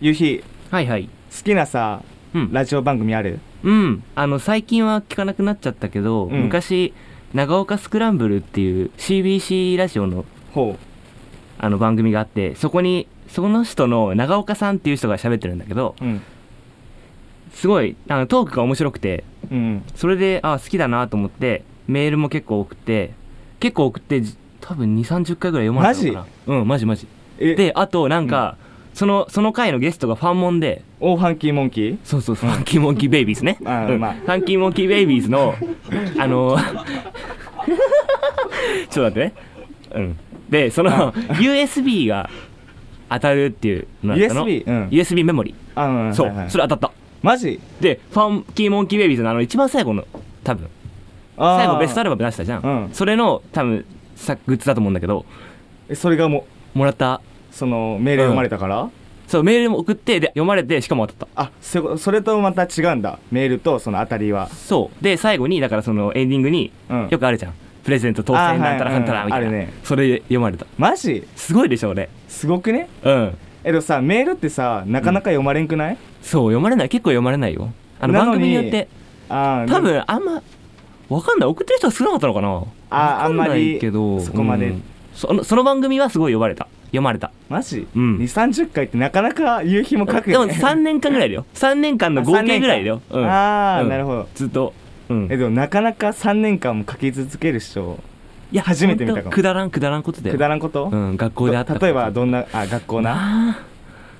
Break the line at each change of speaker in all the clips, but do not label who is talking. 夕日
はいはい。
好きなさ
うん。
ラジオ番組ある
うん。あの、最近は聞かなくなっちゃったけど、
うん
昔、長岡スクランブルっていう CBC ラジオの
ほ
あの番組があって、そこに、その人の長岡さんっていう人が喋ってるんだけど、
ううん
すごい、あの、トークが面白くて、
うん
それで、あ、好きだなと思って、メールも結構送って、結構送って、じ多分2、30回ぐらい読まれたのかな。うん、マジマジ。
え
で、あと、なんか、その、その回のゲストがファンモンで、
オーファンキーモンキー
そうそう、ファンキーモンキーベイビーズね。うんフ
あーまあ
ァンキーモンキーベイビーズの、あのー、ちょっと待ってね。うん。で、その、USB が当たるっていうのだったの。
USB うん
USB メモリ。
あうん
そ
はいうは、い
それ当たった。
マジ
で、ファンキーモンキーベイビーズのあの、一番最後の、多分。
あー
最後ベストアルバム出したじゃん。
うん
それの、多分、さグッズだと思うんだけど、
えそれがも
もらった。
うその命令読まれたから、
そう、メールも送って、で、読まれて、しかも当たった。
あそそれとまた違うんだメールとその当たりは
そうで最後にだからそのエンディングに、
うん
よくあるじゃんプレゼント当
あー
選なんたら
はい
かんたらみたいな、
うんあるね
それ読まれた
マジ
すごいでしょ俺
すごくね
うん
えでもさメールってさなかなか読まれんくない、
そう読まれない結構読まれないよあの
な
番
のに
組によって
ああ
多分あんまわかんない送ってる人が少なかったのかな
あー
わかな
あんまり
いけど
そこまで
うんそのその番組はすごい読まれた読まれた
マジ、
う
2
ん
3 0回ってなかなか夕日も書く
で
よ、
も
ね、
3年間ぐら いだよ3年間の合計ぐらいだよ、
あ三年間あー
うん
なるほど
ずっと、うん
えでもなかなか3年間も書き続けるっしょ
いや
初めて見たかも
ほんとくだらんくだらんことで
くだらんこと、
うん学校であった
ど例えばどんなあ学校な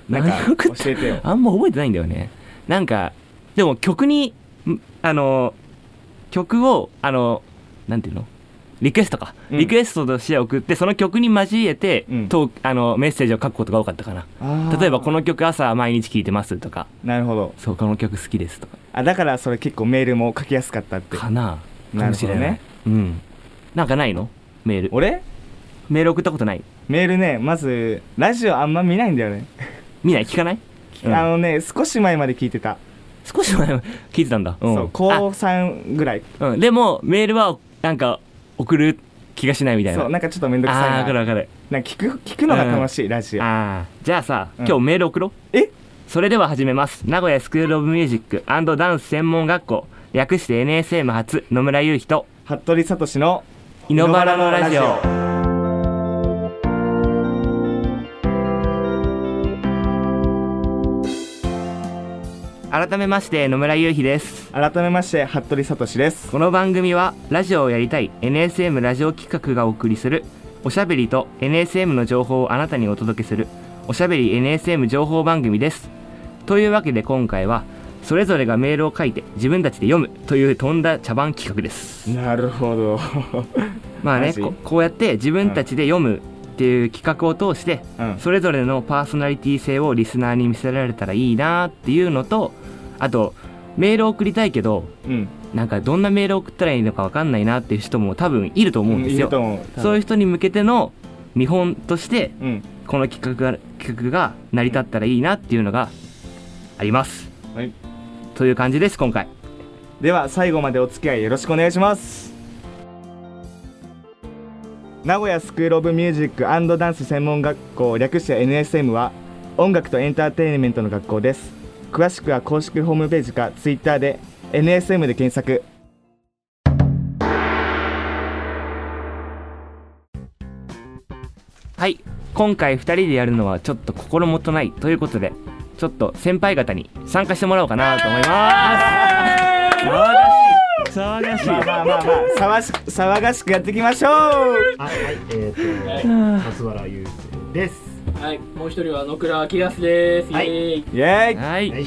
な
な
なん
んか
か
教えてよ
あんま覚えてないんだよねなんかでも曲にんあの曲をあのなんていうのリクエストか、
うん
リクエストとして送ってその曲に交えて、
うん
トークあのメッセージを書くことが多かったかな
あー
例えばこの曲朝毎日聴いてますとか
なるほど
そうこの曲好きですとか
あだからそれ結構メールも書きやすかったって
かな
な
か
る
も
ほ
し
ど
れない
ね
うんなんかないのメール
俺
メール送ったことない
メールねまずラジオあんま見ないんだよね、
見ない聞かない、うん
あのね少し前まで聞いてた、
少し前は聞いてたんだ、うん
そう
あ
高3ぐらい
うん、でもメールはなんか送る気がしないみたいな
そうなんかちょっとめんどく
ああー
さ
わか
い
る
な
わかる
なんか聞く聞くのが楽しい、ラジオ
あーじゃあさ、
うん
今日メール送ろう
え
それでは始めます名古屋スクール・オブ・ミュージックダンス専門学校略して NSM 初野村優人
服部聡の
イノバラのラジオ改めまして野村優秀です
改めまして服部聡です
この番組はラジオをやりたい NSM ラジオ企画がお送りするおしゃべりと NSM の情報をあなたにお届けするおしゃべり NSM 情報番組ですというわけで今回はそれぞれがメールを書いて自分たちで読むという飛んだ茶番企画です
なるほど
まあ
マ
ね
ジ
ここうやって自分たちで読むっていう企画を通して
うん
それぞれのパーソナリティ性をリスナーに見せられたらいいなっていうのとあとメールを送りたいけど
うん
なんかどんなメールを送ったらいいのか分かんないなっていう人も多分いると思うんですよ、
いいと思う
そういうう人に向けての見本として
うん
この企画が企画が成り立ったらいいなっていうのがあります
はい
という感じです今回
では最後までお付き合いよろしくお願いします名古屋スクール・オブ・ミュージックダンス専門学校略して NSM は音楽とエンターテインメントの学校です詳しくは公式ホームページか Twitter で NSM で検索
はい今回2人でやるのはちょっと心もとないということでちょっと先輩方に参加してもらおうかなと思います騒がしい騒がし
まあまあまあまあ騒し騒がしくやっていきましょう
あはい、えーと、松原優斗です。
はい、もう一人は野倉明康です。イエ
はい
ーイ。
イエーイ
はい、
はい、イ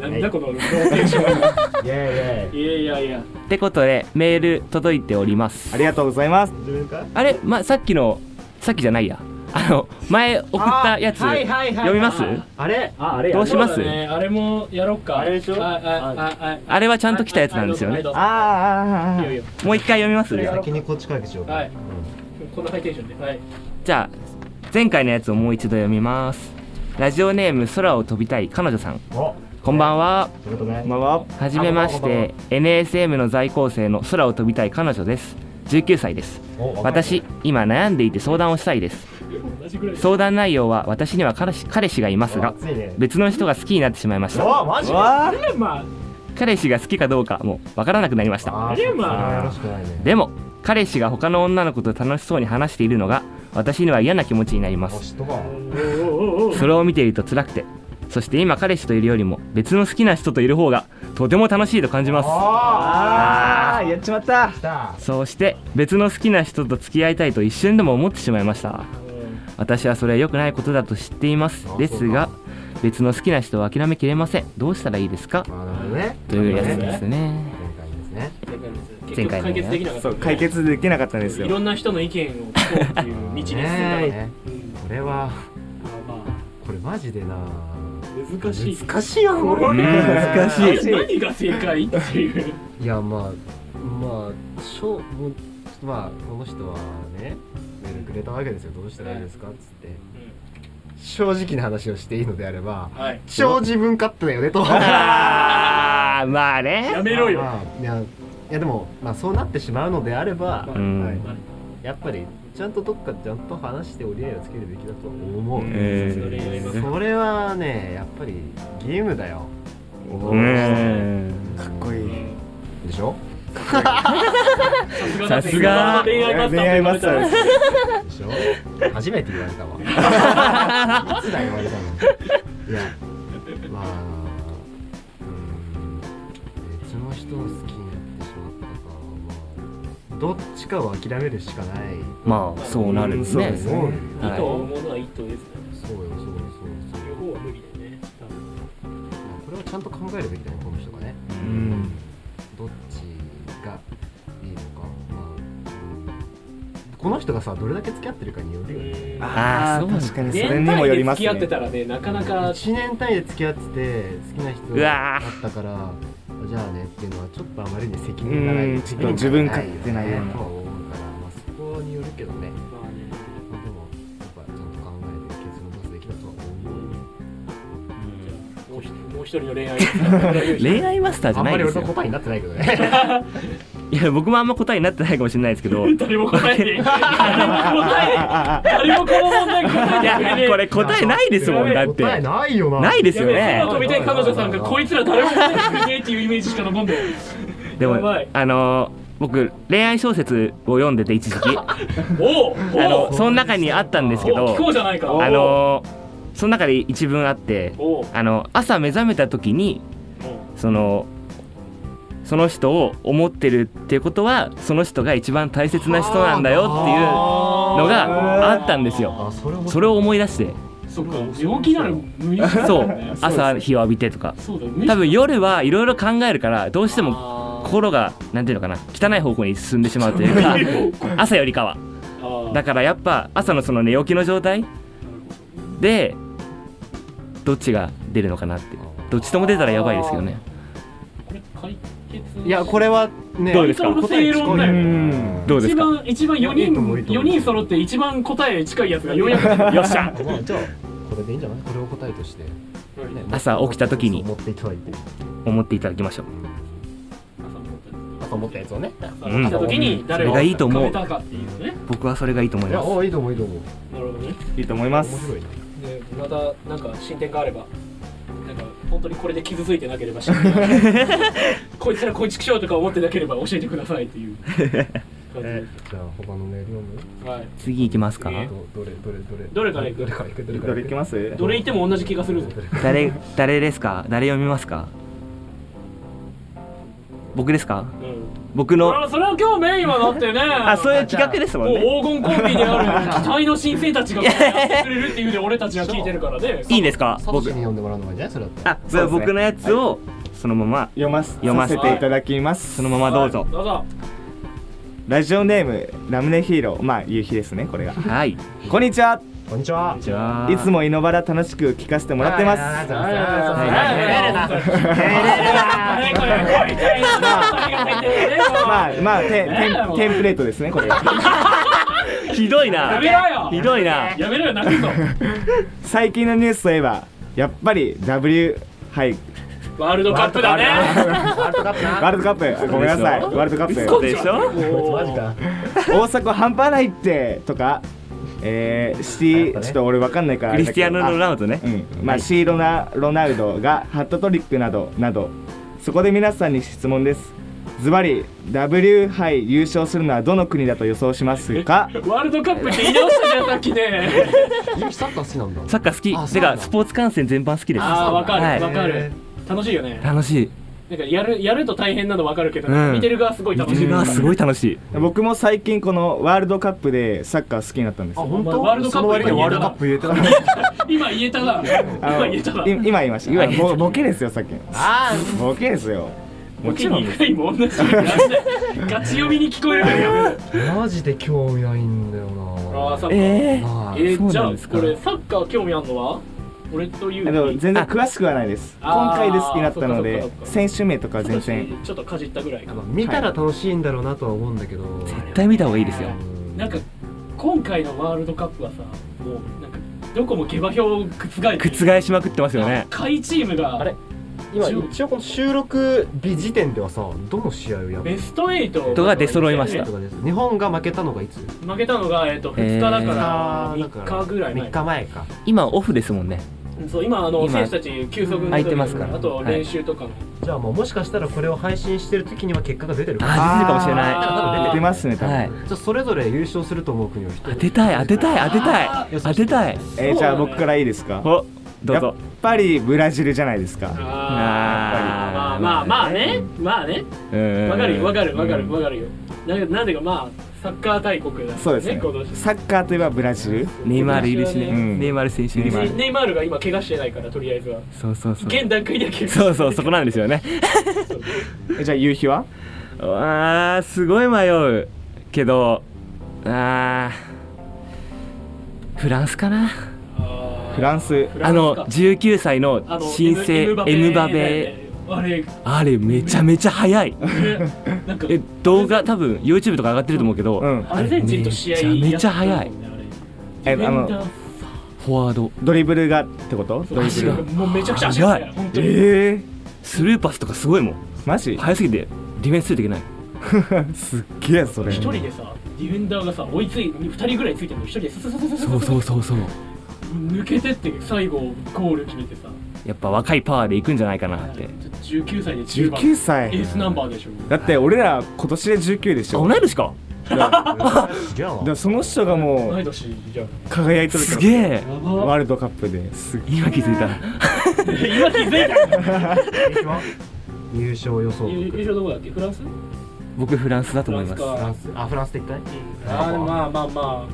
なん
は
だ
い
このローテーシ
ェ
ョ
ーイイェーイ。
ン。いやいやいや。
ってことでメール届いております
ありがとうございます
自分か
あれ、ま、さっきのさっきじゃないやあの前送ったやつ
あはいはいはいはい
読みます
あれあ、あれ
どうします
そうだね、あれもやろっか。
あれでしょ
あ、あ、あ、あ、
あれはちゃんと来たやつなんですよ
はい
ね
どうぞはい
あーあーあ
どうぞいいよいいよ
もう一回読みます
それやろう
先にこっちからにしようか。
はい
うん
このハイテンションで。はい。
じゃあ前回のやつをもう一度読みますラジオネーム空を飛びたい彼女さん
お、
こんばんは
ということ
あ
ね
ー。まあま
はじめまして、NSM の在校生の空を飛びたい彼女です。19歳です。
お、わかる
私、今悩んでいて相談をしたいです。
私ぐらい
相談内容は私には彼氏彼氏がいますが
熱いね
別の人が好きになってしまいまし
う
た
わマジか
わあ
レマ
彼氏が好きかどうかもわからなくなりました
あー
レモ
そ
ン
れはよろしくないね
でも彼氏が他の女の子と楽しそうに話しているのが私には嫌な気持ちになりま
お
す
しとか
おおおおお
それを見ていると辛くてそして今彼氏といるよりも別の好きな人といる方がとても楽しいと感じます
あ
あ
ーやっちまった
ー来た
そうして別の好きな人と付き合いたいと一瞬でも思ってしまいました私はそれは良くないことだと知っています
あ
ですが別の好きな人を諦めきれませんどうしたらいいですか
まあなるほどね
というやつ
なる
ですね
ほどね今回ですね
前
前
回
回
の
の
ね結局
ね
解決できなかった
そう解決できなかったんです
い
よ
ろんな人の意見を聞こうっていう道に進んだからね
ね
うん
これは
ま
これマジでな
あ難しい
難しいよこ
うん
れ
難しい
何が正解っていう
いやまあまあしょうもうまあこの人はねメールくれたわけですよどうしたらいいですかっつって正直な話をしていいのであれば
はい
超自分勝手だよねと
あーまあ
や
ね
めろよ
まあいやいやでも、まあ、そうなってしまうのであれば、
うん
はいやっぱりちゃんとどっかちゃんと話して折り合いをつけるべきだと思う、
え
ー
それはねやっぱりゲームだよ
お
う
ー
ん
かっこいい
でしょ
さすが
恋愛マスター
恋愛マスターです
でしょ初めて言われたわいつだ言われたのいやまあうん別の人を好きになってしまったからまあどっちかを諦めるしかない
まあそうなる
うん
ね
そうです
と思うよ
意図を生むのは意図ですね
そうよそうよそうよそう
両
よ
方は無理だよね多分
まあこれはちゃんと考えるべきだねこの人がね
うん
どっちがいいのかまあ、うんこの人がさどれだけ付き合ってるかによるよね
うん
あー
あ
そう
ー確かにそれ
年
にも
単
よ
位で
りま
付
す
き合って
ね
たらねなかなか
1年単位で付き合ってて好きな人
う
だ
わー
ったからじゃあねっていうのはちょっとあまりに責
う
任がない
んちょっと自分勝手な
ないよ
よう
ね
な
とは思うから、まあ、そこによるけどね、
まあね
まあ、でもやっぱちゃんと考えて結論出すべきだとは思うよ
もうひもう一人の恋愛マスター
恋愛マスターじ
あ
ゃ
ん
な
ま
い
り
で
俺
す
の
よ
答えになってないけどね
いや僕もあんま答えになってないかもしれないですけど い
誰も答えて誰も答えて
あ
誰もこの問題答えてくれね
や
え
これ 答えないです もんだっ
答え
て
ないよな
ないですよ
やべえ
ね
空飛びたい彼女さんがこいつら誰も答えてくれねえっていうイメージしか残 んない
で
やば
も
い
あのー僕恋愛小説を読んでて一 時期あ
おうお
の
う
その中にあったんですけ
おう
ど
聞こうじゃないか
あのその中で一文あって
おう
あの朝目覚めた時にそのその人を思ってるっていうことはその人が一番大切な人なんだよっていうのがあったんですよ
あそれを
それを思い出して
そっか病気なら無理 だ
そ
よ
う
ね
朝日を浴びてとか
そうだよね
多分夜はいろいろ考えるからどうしても
あー
心がなんていうのかな汚い方向に進んでしまうというか朝よりかは
あー
だからやっぱ朝のその寝起きの状態でどっちが出るのかなってどっちとも出たらやばいですけどね
これ解決
いやこれはね
どうですか
答え近いよね
正
論だよ
どうです
一
か
番一番4
いいと思ういい
人
と思
四
う
人揃って一番答え近いやつがようや くよっしゃ
まあじゃあこれでいいんじゃないこれを答えとして、ね
朝起きた時に
持っていただいて、
思っていただきましょう
朝持ったやつをね
うん
来た時に誰を
それがいいと思う
食べたかっていうね
僕はそれがいいと思い
いや
ま
おいいと思ういいと思う
なるほどね
いいと思いま
面
す
白いね
でまたなんか進展があればなんか本当にこれで傷ついてなけれ ばしこいつらこいつくしょうとか思ってなければ教えてくださいっていう 感じで
じゃあ他のメール読む
す、はい、
す次行きますか
どどれどれどれ
どれからいく
どれからいくどれから
どれいきます
どれ言っても同じ気がするぞ
どれ
誰誰ですか誰読みますか僕ですか
うん
僕
それ
の
はそれは今日メインはだってね
あそういう企画ですもんね
もう黄金コンビである期待の新生たちがこうやってくれるっていうで俺たちは聞いてるからね
いいんですか
サト
僕
シに読んでもらうのがいいんじゃないそれだったら
あそれは
そうですね
僕のやつをそのまま
読ませ
読ませ
させていただきます
そのままどうぞ
はいどうぞ
ラジオネームラムネヒーローまあ夕日ですねこれが
はい
こんにちは
こんにちは
じゃあ
いつもイノバラ楽しく聞かせてもらってます
はい
はい
い
はいはいはいこれこれこれ
まあまあテンテンテンプレートですねこれが
ひどいな
やめろよ
ひどいな
やめろよ泣くぞ
最近のニュースといえばやっぱり W はい
ワールドカップだね
ワールドカップ
ワー
な
ルドカップごめんなさいワールドカップ
嘘でしょ
もう
マジか
大阪半端ないってとかえー、シティちょっと俺わかんないからあ
ク
れ
リ
だ
ス
け
ティ
ど
アーノ・ロナウドね
うんまあ、シーロナ・ロナウドがハットトリックなどなどそこで皆さんに質問ですズバリ W 杯優勝するのはどの国だと予想しますか
ワールドカップって言い直したじゃんさっきね
ゆきサッカー好きなんだ
サッカー好
あ
き
そ
て
うなん
か
だ
スポーツ観戦全般好きです
ああわか
はい
るわかる楽しいよね
楽しい
なんかやるやると大変なのわかるけど
うん
見てる側すごい
見
楽
て
しい
る側すごい楽しい
僕も最近このワールドカップでサッカー好きになったんです
あ
よ
本
お
当
前ワールドカップ
その割にはワールドカップ言えてなかった
今言えたな今
の
言えたない
今言いました
今
あ
言いました
ボボケですよさっきの
あ
ボケですよもちろん
2回も同じガチガチ読みに聞こえるからよ
ーマジで興味ないんだよな
あーサッカー
ええ
あ
え
ー
そう
ーじゃ
なん
あ
ですか
これサッカー興味あるのは俺とユ
あの
ー
全然詳しくはないです
あ
今
ー
回で好きになったの
そっ
で
かそっかそっか
選手名とか
リ
全然
ちょっとかじったぐらいか
まあ見たら楽しいんだろうなとは思うんだけど絶
絶対見た方がいいですよ
なんか今回のワールドカップはさもうなんかどこも下馬評を覆えてる
覆しまくってますよね
下位チームが
あれ今一応この収録日時点ではさどの試合をやる
ベスト8
人が出揃いました
ベス
日本が負けたのがいつ
ト8負けたのが、えっと2日だから3日ぐらい前
3日前か
今オフですもんね
そう今あの
今
選手たち休息の時
空いてますから
あと練習とかも、
じゃあもうもしかしたらこれを配信してる時には結果が出てるから
ああ出てるかもしれない
あ
多分
出ますね多分、
はい
じゃあそれぞれ優勝すると思う国を一人
当てたい当てたい当てた
あ
い当てたい
えーじゃあ僕かららいいですか
おどう
やっ
ぞ
ぱりブラジルじゃないですか
あ
あー
ーまあまあまあねまあねわ
わ
かるよわかるわかるわかるよなんかなんでかまあサッカー大国だ
そうですね
今年。
サッカーといえばブラジル。
ネイマールいるしね、
うん
ネイマール選手いるし
ネイマ
ネイマールが今怪我してないからとりあえずは
そうそうそう
現段階では怪我
そうそうそこなんですよね
えじゃあ夕日は？
あーすごい迷うけどあーフランスかな
あー
フランス
フラ
あ
ンス
の
か
19歳の
あの
新星エムバペ
あれ
あれめちゃめちゃ速い
なんか
え動画多分 YouTube とか上がってると思うけど、
うん。
アルゼンチンと試合
めちゃめちゃ速い
え
え
あ
あ
の
の
フォワード
ドリブルがってこと？ドリブ
足が
ル。
もうめちゃくちゃ足が速い
速い
本当に
ええー、
スルーパスとかすごいもん
マジ？
速すぎてディフェンスついていけない
すっげえそれ。
一人でさディフェンダーがさ追いつい二人ぐらいついてるのに一人でスススススス
そうそうそうそう
抜けてって最後ゴール決めてさ
やっぱ若いパワーでいくんじゃないかなって
19歳で10番
19
エー
歳。
スナンバーでしょ
だって俺ら今年で19でしょ。
同い年か
じゃあ
だからその人がも
同いう年じゃん
輝いてる
すげえ
や
ワ
ば
ールドカップですっげえ
今気づいた
今気づいた
優勝予想
優優勝どこだっけフランス
僕フランスだと思います
フラン
フ
ス
ラ
か
ンスあフランスで一回
あーまあまあまあ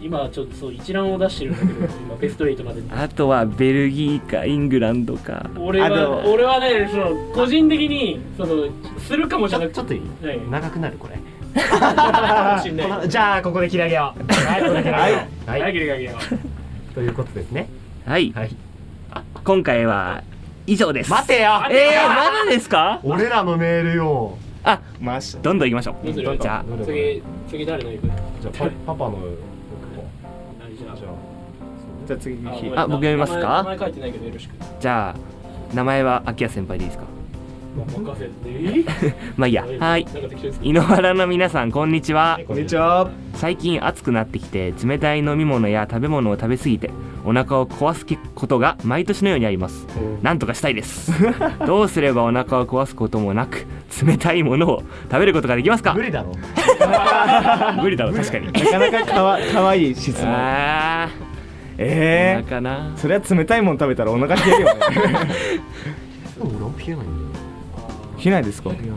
今ちょっとそう一覧を出してるんだけ ど今ベスト8までに
あとはベルギーかイングランドか
俺
あで
は
も
俺はねその個人的にそのするかもし
ち
れな
ょ
く
ちょっといい
はい
長くなるこれ
かもしれない
じゃあここで切り上げようはいここで切り上げよう
はい
は
あ
い
げるあげる
ということですね
はい、
はい
今回は以上です
待てよ
えー、まだですか
俺らのメールよ
あ
ました。
どんどん行きましょ
どうす
う
る
じゃ
どれ
次次誰の行く
じゃあパパパのじ
何じゃあ
ゃ
じゃあ次夕
あご
日
め。ん
あ僕読みますか
名前名前書いてないけどよろしく
あじゃあ名前は秋谷先輩でいいですか
任せて
まあいい
え
やはい
なんか適当です
井ノ原の皆さんこんにちは
あ
こんにちは。
最近暑くなってきて冷たい飲み物や食べ物を食べ過ぎてお腹を壊すことが毎年のようにありますなんとかしたいです どうすればお腹を壊すこともなく冷たいものを食べることができますか
無理だろ
無理だろ確か
な
に
かなかかわ可愛い質問。
あ ーお
ええ
腹な
ー。それは冷たいもん食べたらお腹冷えるよね。
でも俺は冷えないんだよ
冷えない ですか？
冷えない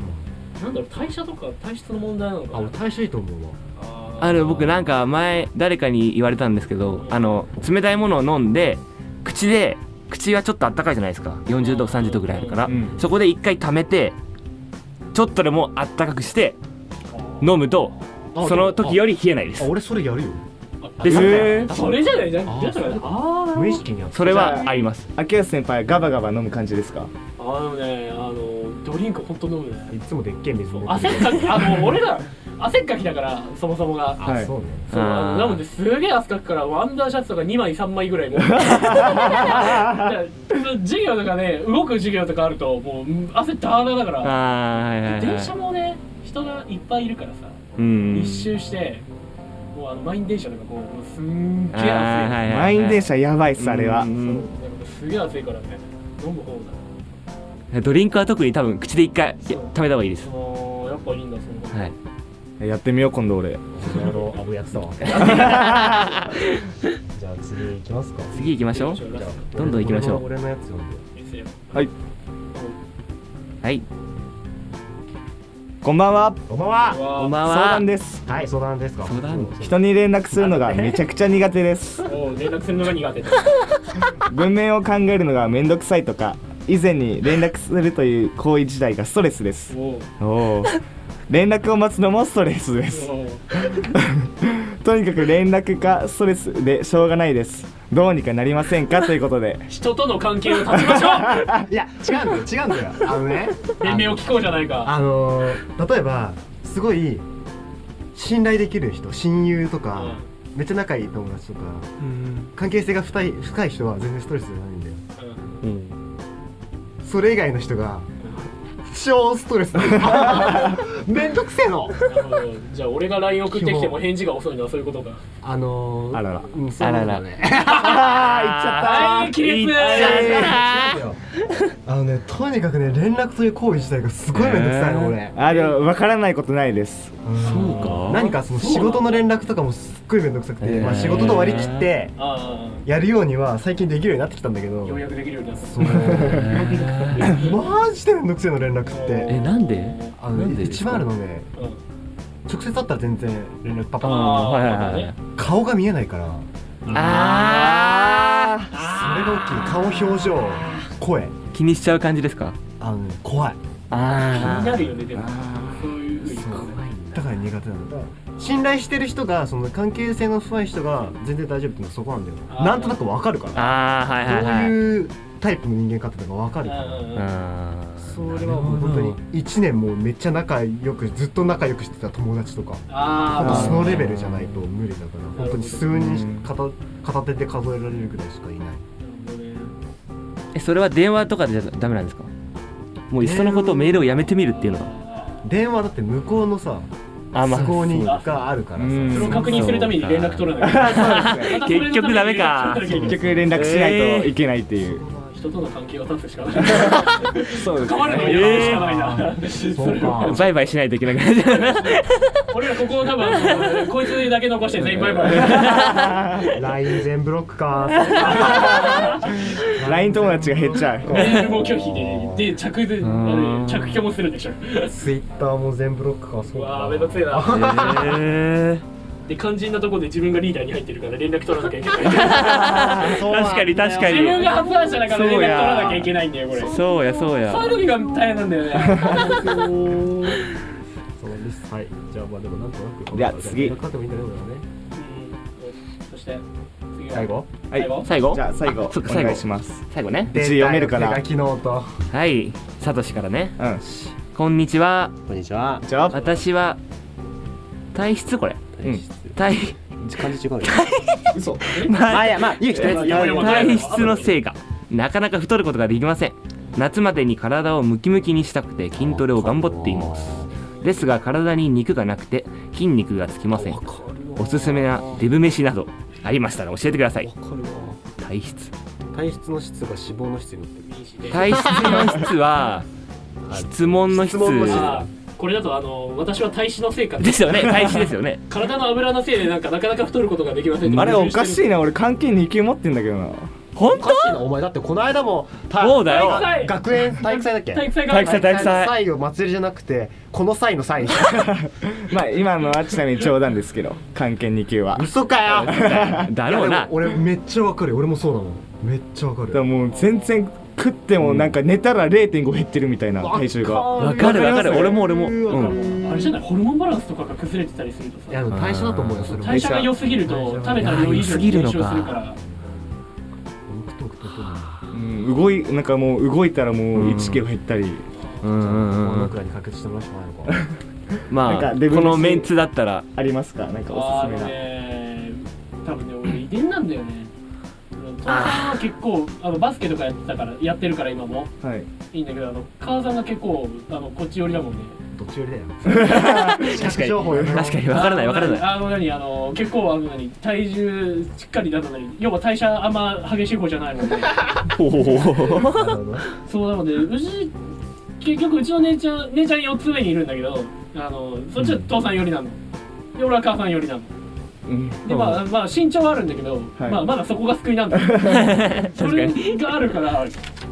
なんだろう代謝とか体質の問題なの
あ
か
俺
な
体臭いと思うわ
あー
あれ僕なんか前誰かに言われたんですけどあの冷たいものを飲んで口で口はちょっとあったかいじゃないですか40度30度ぐらいあるから、
うん
そこで一回溜めてちょっとでもあったかくして飲むとその時より冷えないで
あ
す
俺それやるよ
で
え
す
えー。
それじゃないじゃん
あー
じゃあそれあー
無意識にやって
それはあります
秋吉先輩はガバガバ飲む感じですか？
あのね、あのドドリンク本当飲むよね
いつもでっけえ水持って
汗っかきあもう俺ら汗っかきだからそもそもが
あそうね
そうあ
あー
のなのですげえ汗かくからワンダーシャツとか2枚3枚ぐらい もう授業とかね動く授業とかあるともう汗ダーダーだ
あ
から
あはいはいはい
電車もね人がいっぱいいるからさ
うん
一周してもうあの満員電車とかこうもうすんげえ
あーはい
汗い
満員電車やばいっすあれは
うん
なんかすげえ暑いからね飲む方が
ドリンクは特に多分口で一回いや食べた方がいいです
そのやっぱいいんだそのこと、
はい
やってみよう今度俺
この野郎危ういやつだわじゃあ次行きますか
次行きましょう
じゃ
じゃあ
どんどん行きましょう
俺の俺のやつ読んで
あ先生
はい
はい
こんばんは
こんばんは
わあ
こんばん
相
は
談です
はい相談ですか
相談
人に連絡するの がめちゃくちゃ苦手です
もう連絡するのが苦手だ
文面を考えるのがめんどくさいとか以前に連絡するという行為自体がストレスです
おう
お ー連絡を待つのもストレスです
おう
とにかく連絡かストレスでしょうがないですどうにかなりませんかということで
人との関係を断ちましょう
いや違うんだよ違うんだよあのね
連名を聞こうじゃないか
あのー例えばすごい信頼できる人親友とか、めっちゃ仲いい友達とか関係性が深い深い人は全然ストレスじゃないんだよ
うん
うん
それ以外の人が超ストレスなんだよ めんどくせえの
なるほどじゃあ俺が LINE 送ってきても返事が遅いのはそういうことか
あのー、
あらら
うんそうなんだよね
ああー亀
違
裂
うよ あのねとにかくね連絡という行為自体がすごいめんどくさいの俺
あでも分からないことないです
うん
そうか
何かその仕事の連絡とかもすっごいめんどくさくて、
へー
まあ、仕事と割り切って
あ
やるようには最近できるようになってきたんだけ
あ
ど
ようやくできるようになった
そうマジでめんどくせえの連絡って
えなんで
あ
な
の
んでです
一
か
番あるのね
うん
直接会ったら全然連絡パパ
あ
ン
ーはいはいはい
あ
顔が見えないから
あ
それが大きい顔表情声
ー気にしちゃう感じですか
あのね怖い
気にな
あ
るよねでもそういうふうに
そう
いん
だから苦手なんだ信頼してる人がその関係性の深い人が全然大丈夫っていうのはそこなんだよ
あー
なんとなくわかるから
あーはいはい
どう
はい
いうタイプの人間かっていうのがわかるから
あ
あー
それはもう本当に1年もうめっちゃ仲良くずっと仲良くしてた友達とか
あ
ー
まあ
そのレベルじゃないと無理だから
なるほど
本当に数人しか片片手で数えられるぐらいしかいない
えそれは電話とかじゃダメなんですかもういっそのことメールをやめてみるっていうのは
電話だって向こうのさ
あ
都合に
そう
があるからさ
うん
それを確認するために連絡取らな
そうです
い
ね
またそれのために
結局ダメか
連絡取らなきゃいけない
結局連絡しないといけないっていう、
人との関係を断つしかない
そうです
変わるのをやるしかないな、
そうか
バイバイしないといけなくなっち ゃう
俺らここを多分あのこいつだけ残して全員バイバイ
LINE 全ブロッ クか
LINE 友達が減っちゃう
メールも拒否でで着であ
ん
れ着拒もするでしょ
Twitter も全ブロックかそうう
わ
か
あめんどくせえな
へー
で肝心なところで自分がリーダーに入ってるから連絡取らなきゃいけない
確かに確か
自分
に
が発案者だから連絡取らなきゃいけないんだよこれそう
そうやそうや
いう時が大変なんだよね
そうですはいじゃあまあでもなんとなく
じゃあ次
連絡かってもいいんだね俺はね
うんそして次は
最後
最後
最後
じゃあ最後
あそっか
お
最
願
後
いします
最後ね
一応読めるから
出たよ手が昨日
はいサトシからね
うん
こんにちは
とこんにちは
じゃあ
私は体質これ
うん
体
漢字違うよ
嘘
まあ
いやまあいい
とりあえず読むよ
体質のせいかなかなか太ることができません夏までに体をムキムキにしたくて筋トレを頑張っていますですが体に肉がなくて筋肉がつきませんおすすめなデブ飯などありましたら教えてください体質
体質の質が脂肪の質になってる
体質の質は質問の質
質問の質
あーこれだとあの私は体脂のせいか
ですよね体質ですよね
体の油のせいでなんかなかなか太ることができません
あれおかしい
い
な俺関係2級持ってんだけどな
本
おかしいなお前だってこの間もた
そうだよ
体育祭
学園体育祭だっけ
体育祭が
体育祭体育祭
の祭を祭りじゃなくてこの際の際に
まあ今のはちなみに冗談ですけど関係2級は
嘘かよ
当だろう
いや
な
でも俺めっちゃわかる俺もそうなのめっちゃわか
だから
る
もう全然食ってもなんか寝たら0.5減ってるみたいな体重が
わかるわかる俺も俺もうん
あれじゃないホルモンバランスとかが崩れてたりすると
いや
さ
でも代謝だと思うよそれ
代謝が良すぎると食べた量以上に減少するから
肉と肉と肉と
うん動いなんかもう動いたらもう1キロ減ったり
うんうんうんうん
モノクラに解決してもらうしかないのか
なん
まあ
か
こ
デブ飯
のメンツだったら
ありますかなんかおす
あ
す
の
めな
ね多分ね俺遺伝なんだよね父さんは結構あのバスケとかやってたからやってるから今も
はい
いいんだけどあの母さんが結構あのこっち寄りだもんね
どっちよりだよ視覚情報やめろ
確かに分からない分からない
あの何あの結構あの何体重しっかりだったのに要は代謝あんま激しい方じゃないもんね
ほうほうほう ほう
なるほど
そうなのでうち結局うちの姉ちゃん姉ちゃん4つ上にいるんだけどあのそっちは父さん寄りなの、で俺は母さん寄りなの
うん
でまあまあ身長はあるんだけど、
はい
まあまだそこが救いな んだそれがあるから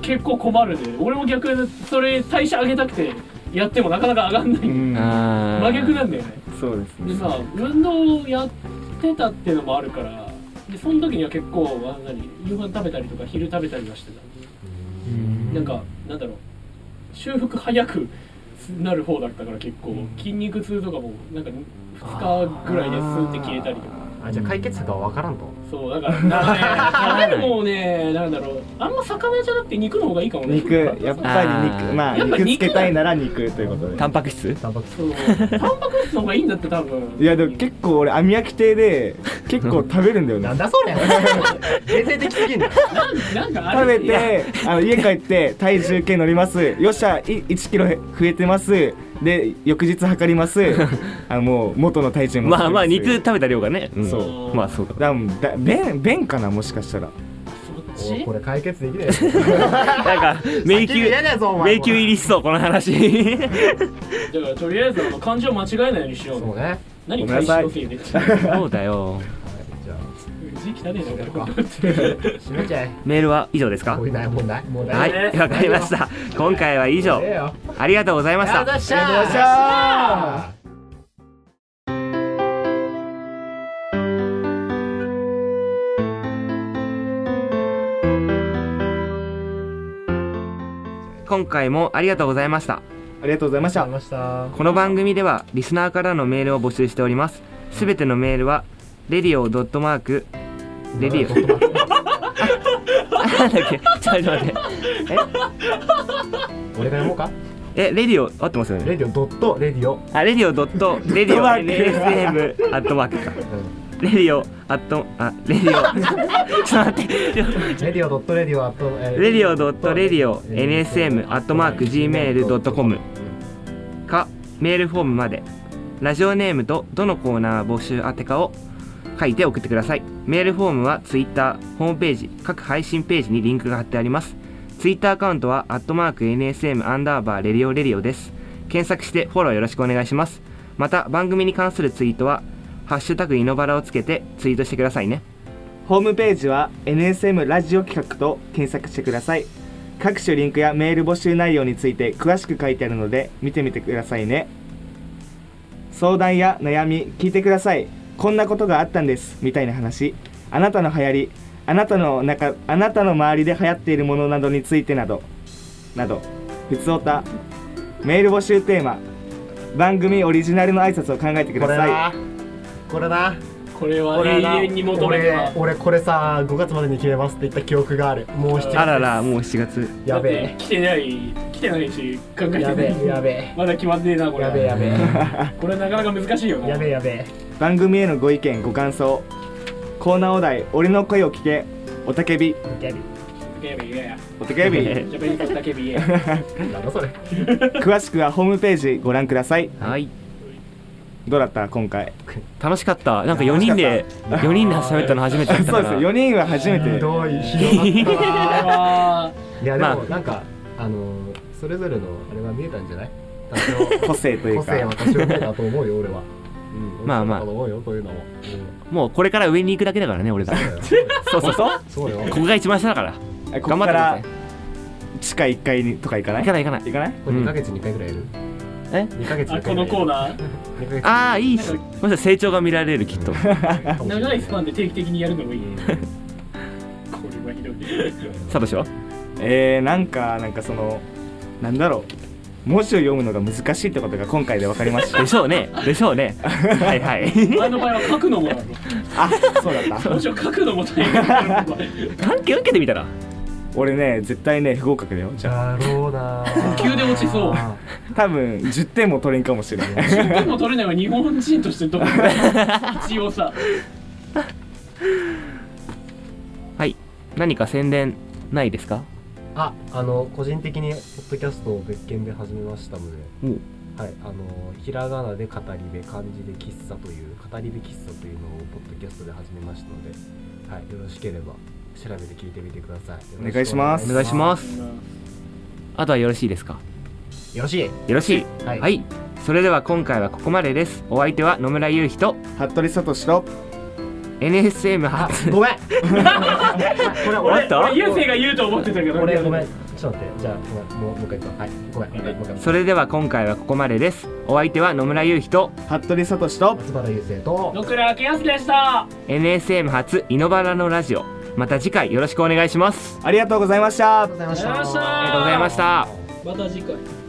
結構困るんで俺も逆にそれ代謝上げたくてやってもなかなか上がんない、
うん
あー
真逆なんだよね
そうです
で
ね
さ運動をやってたっていうのもあるからでその時には結構あの何夕飯食べたりとか昼食べたりはしてた
うん
なんかなんだろう修復早くなる方だったから結構筋肉痛とかもなんか2日ぐらいですって消えたりとか
あじゃあ解決策は分からんと
そうだからなんかね食べるもんねなんだろうあんま魚じゃなくて肉の方がいいかもね
肉やっぱり肉
あー
まあ
やっぱ
肉
肉
つけたいなら肉ということで
タンパク質
タンパク質
そうタンパク質の方がいいんだって多分
いやでも結構俺網焼き亭で結構食べるんだよね
なんだそれ全然できすぎんだ
なんかあ
食
れ
べてあの家帰って体重計乗りますよっしゃい1キロ増えてますで翌日測ります あのもう元の体重に戻って
まあまあ肉
す
食べた量がね、ん
そう
まあそうか
だだ便便かなもしかしたら
そっ
お
ち
これ解決できない
なんか迷
先が嫌
宮
だぞお前
迷宮入りしそうこの話
だからとりあえずあの漢字を間違えないようにしよう
そうねはい
何
ごめん
開
なさ
始
い
のせ いで字
そうだよ
じゃ
汚ねえなこ
あ閉めちゃえ
メールは以上ですか
もうないもうないもう
は
ない
いわかりました今回は以上
ええよ
ありがとうございました
っしゃ
よっしゃー
今回もありがとうございました
ありがとうございまし
あ
た
りました
この番組ではリスナーからのメールを募集しておりますすべてのメールは radio. ドットマークレディ オなんだっけちょっと待って
俺が読もうか
えレディオ合ってますよ
レ
ね
ディオドットレディオ
あレディオドット レディオ NSM アットマークかレディオアットあレディオ ちょっと待って
レディオドットレディオアット
レディオドットレディオ NSM アットマーク Gmail.com かメールフォームまでラジオネームとどのコーナー募集宛てかを書いて送ってくださいメールフォームは Twitter ホームページ各配信ページにリンクが貼ってあります Twitter アカウントはアットマーク NSM アンダーバーレディオレディオです検索してフォローよろしくお願いしますまた番組に関するツイートはハッシュタグイノバラをつけてツイートしてくださいね
ホームページは NSM ラジオ企画と検索してください各種リンクやメール募集内容について詳しく書いてあるので見てみてくださいね相談や悩み聞いてくださいこんなことがあったんですみたいな話あなたの流行りあなたの中あなたの周りで流行っているものなどについてなどなどふつおたメール募集テーマ番組オリジナルの挨拶を考えてくだ
これ
さ
なこれな
これは
こ
永
れな
遠に求めては
俺俺これさ5月までに決めますって言った記憶があるもう7月
あららもう7月
やべ
だっ
え
て来てない来てないし考えて
や
な
べ
い
えやべえ
まだ決まってねえなこれ
やべえやべえ
これなかなか難しいよな
やべえやべえ
い番組へのご意見ご感想コーナーお題「俺の声を聞け」おたけび
やべ
やべえいやいや
おたけ び
ジャパニーズだけビエ
えなんだそれ
詳しくはホームページご覧ください
はい
どうだった今 回
楽しかったなんか4人で4人で喋ったの初めて
そ
だっ
う
たか
です
ら
4人は初め
ひ
て
どいひどかったな
あ
いやで
ま
も
あ
なんか、あのーそれぞれのあれは見えたんじゃない多
個
少
性という
個性
か
は多少だと思うよ俺は、うん、
まあまあ
俺そうだと思うよこういうのも、
もうこれから上に行くだけだからね俺ら
うん、そうよ
そうそうそう
そうよ
ここが一番下だから
えここ
頑張
か
ってくださ
ら
い
地下1階にとか行かない
行かない行かない
行かない
これ2ヶ月に1回ぐらいいる
え
2ヶ月
あこのコーナー
ー
ああいいしもしかしたら成長が見られるきっと
長いスパン
で
で定期的にやるのもいい
うん
これはひどい
サトシは
えー、なんかなんかそのなんだろう文字を読むのが難しいってことが今回で分かりました
でしょうねでしょうねはいはい
前の場合は書くのもだろ
あそうだった
もちろん書くのも大変だろ
関係受けてみたら
俺ね絶対ね不合格だよじゃ
だろうなー
急で落ちそう
あ多分10点も取れんかもしれない
でも取れないは日本人としてどう一応さ
はい何か宣伝ないですか
ああの個人的にポッドキャストを別件で始めましたので
おう
はい、あのひらがなで語り部漢字で喫茶という語り部喫茶というのをポッドキャストで始めましたので、はい、よろしければ調べて聞いてみてください
お願いします
お願いしますすあとはよろしいですか
よろしい
よろしい
は
はいい、それでは今回はここまでですお相手は野村雄飛と
服部聡と
NSM
あ
初
ごめん これ
終わ
俺
った
俺優勢が言うと思ってたけど
俺ごめんちょっと待ってじゃあごめんもうもう一回行くわはいごめんもう一回もう一回
それでは今回はここまでですお相手は野村雄飛と
服部聡と
松原優生と
野倉明康でした
NSM 初イノバラのラジオまた次回よろしくお願いします
ありがとうございました
ありがとうご
ありがとうございました
ありがとうございました
また次回